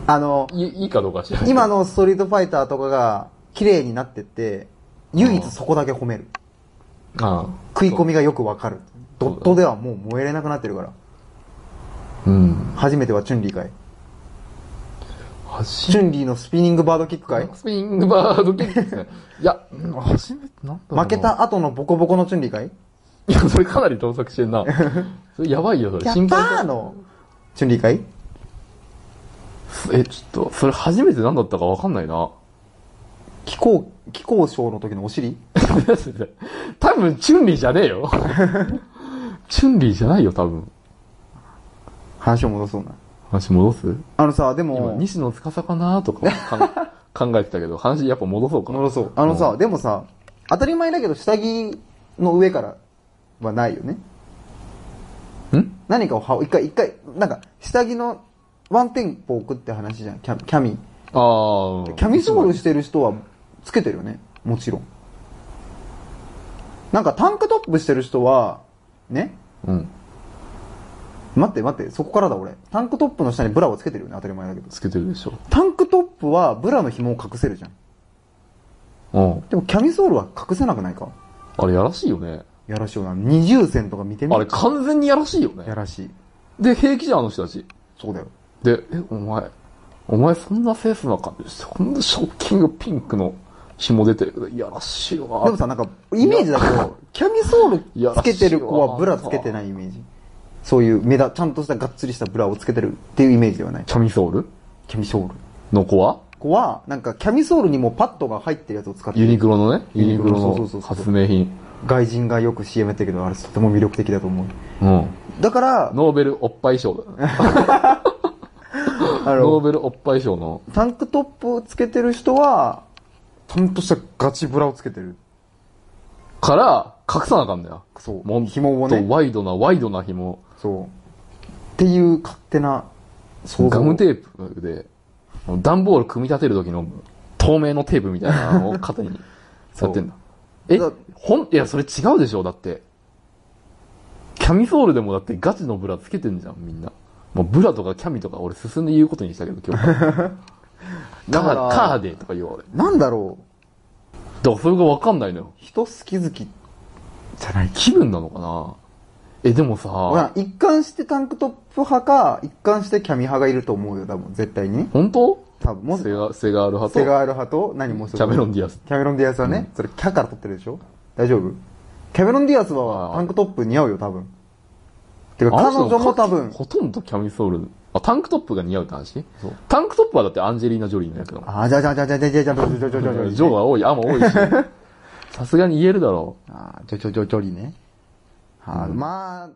Speaker 2: あの、
Speaker 1: いいいかどうかは知らない。
Speaker 2: 今のストリートファイターとかが綺麗になってって、唯一そこだけ褒める。
Speaker 1: ああ、
Speaker 2: 食い込みがよくわかる。
Speaker 1: そ
Speaker 2: ド
Speaker 1: う
Speaker 2: ットではもう燃えれなくなってるから。
Speaker 1: うん。
Speaker 2: 初めてはチュンリーかい。チ
Speaker 1: 初
Speaker 2: ュンリーのスピニングバードキックかい
Speaker 1: スピングバードキックですね。いや、うん初めてなんだろうな
Speaker 2: 負け。た後のボコボコのチュンリーかい
Speaker 1: いや、それかなり盗作してん な。それやばいよ、そ
Speaker 2: キ
Speaker 1: れ。
Speaker 2: ャッパー
Speaker 1: だ
Speaker 2: のチュンリーかい
Speaker 1: え、ちょっと、それ初めて何だったかわかんないな。
Speaker 2: 気候、気候賞の時のお尻
Speaker 1: 多分、チュンリーじゃねえ よ。チュンリーじゃないよ、多分。
Speaker 2: 話を戻そうな。
Speaker 1: 話戻す
Speaker 2: あのさ、で
Speaker 1: 今、
Speaker 2: も、
Speaker 1: 西野司かなとかか 考えてたけど、話やっぱ戻そうか。
Speaker 2: 戻そう。あの
Speaker 1: う
Speaker 2: さ、でもさ、当たり前だけど下着の上からはないよね。
Speaker 1: ん
Speaker 2: 何かを羽織一回、一回、なんか、下着のワンテンポ置くって話じゃん。キャキャミ。
Speaker 1: ああ。
Speaker 2: キャミソールしてる人はつけてるよね。もちろん。なんかタンクトップしてる人は、ね
Speaker 1: うん。
Speaker 2: 待って待って、そこからだ俺。タンクトップの下にブラをつけてるよね、当たり前だけど。
Speaker 1: つけてるでしょ。
Speaker 2: タンクトップはブラの紐を隠せるじゃん。
Speaker 1: うん。
Speaker 2: でもキャミソールは隠せなくないか
Speaker 1: あれ、やらしいよね。
Speaker 2: やらしいよな。二重線とか見てみ
Speaker 1: あれ、完全にやらしいよね
Speaker 2: や。らしい。
Speaker 1: で、平気じゃん、あの人たち。
Speaker 2: そうだよ。
Speaker 1: で、え、お前、お前そんなセースな感じして、こんなショッキングピンクの紐出てるけど、いやらしいわ。
Speaker 2: でもさ、なんか、イメージだけど、キャミソールつけてる子はブラつけてないイメージ。そういう目だ、ちゃんとしたがっつりしたブラをつけてるっていうイメージではない。
Speaker 1: キャミソール
Speaker 2: キャミソール。
Speaker 1: の子は
Speaker 2: 子は、なんかキャミソールにもパッドが入ってるやつを使って
Speaker 1: ユニ
Speaker 2: る。
Speaker 1: クロのね、ユニ
Speaker 2: ユニ
Speaker 1: ク
Speaker 2: ク
Speaker 1: ロの
Speaker 2: ロそうそうそうそう
Speaker 1: 発明品。
Speaker 2: 外人がよく CM やってるけど、あれとても魅力的だと思う。
Speaker 1: うん。
Speaker 2: だから、
Speaker 1: ノーベルおっぱい賞だね。
Speaker 2: あ
Speaker 1: ノ
Speaker 2: の
Speaker 1: ー、ベルおっぱい賞の。
Speaker 2: タンクトップをつけてる人は、ちゃんとしたガチブラをつけてる。
Speaker 1: から、隠さなあかんだよ。
Speaker 2: そう
Speaker 1: もっと
Speaker 2: 紐をね
Speaker 1: ワイドな、ワイドな紐。
Speaker 2: そう。っていう勝手な想像。
Speaker 1: ガムテープで、段ボール組み立てる時の透明のテープみたいなのを肩 に使ってんだ。え
Speaker 2: だ、
Speaker 1: ほん、いや、それ違うでしょだって。キャミソールでもだってガチのブラつけてんじゃん、みんな。もうブラとかキャミとか俺進んで言うことにしたけど、今日から。 だか
Speaker 2: から
Speaker 1: ら、カーデーとか言おう俺。
Speaker 2: なんだろう。
Speaker 1: だからそれがわかんないのよ。
Speaker 2: 人好き好き。
Speaker 1: じゃない気分なのかなえ、でも
Speaker 2: ほら
Speaker 1: さ、
Speaker 2: 一貫してタンクトップ派か、一貫してキャミ派がいると思うよ、多分、絶対にね。
Speaker 1: 本当
Speaker 2: 多分もう
Speaker 1: セ
Speaker 2: セ
Speaker 1: ガ、セガール派と、
Speaker 2: ガール派と何もう一
Speaker 1: キ
Speaker 2: つ
Speaker 1: ャメロン・ディアス。
Speaker 2: キャメロン・ディアスはね、それキャから取ってるでしょ大丈夫キャメロン・ディアス
Speaker 1: あ
Speaker 2: は
Speaker 1: ー
Speaker 2: タンクトップ似合うよ、多分。てか、
Speaker 1: あの
Speaker 2: 彼
Speaker 1: 人
Speaker 2: 女も多分。
Speaker 1: ほとんどキャミソール、あ、タンクトップが似合うって話タンクトップはだってアンジェリーナ・ジョリーのやつだもん。
Speaker 2: あー、じゃあじゃあじゃあじゃあじゃあじゃあじゃあじゃあじゃあじゃあじゃあじゃあ
Speaker 1: ジョーは多い、アも多い し。さすがに言えるだろう。
Speaker 2: あー、ちょちょちょちょりね。はい、まあ、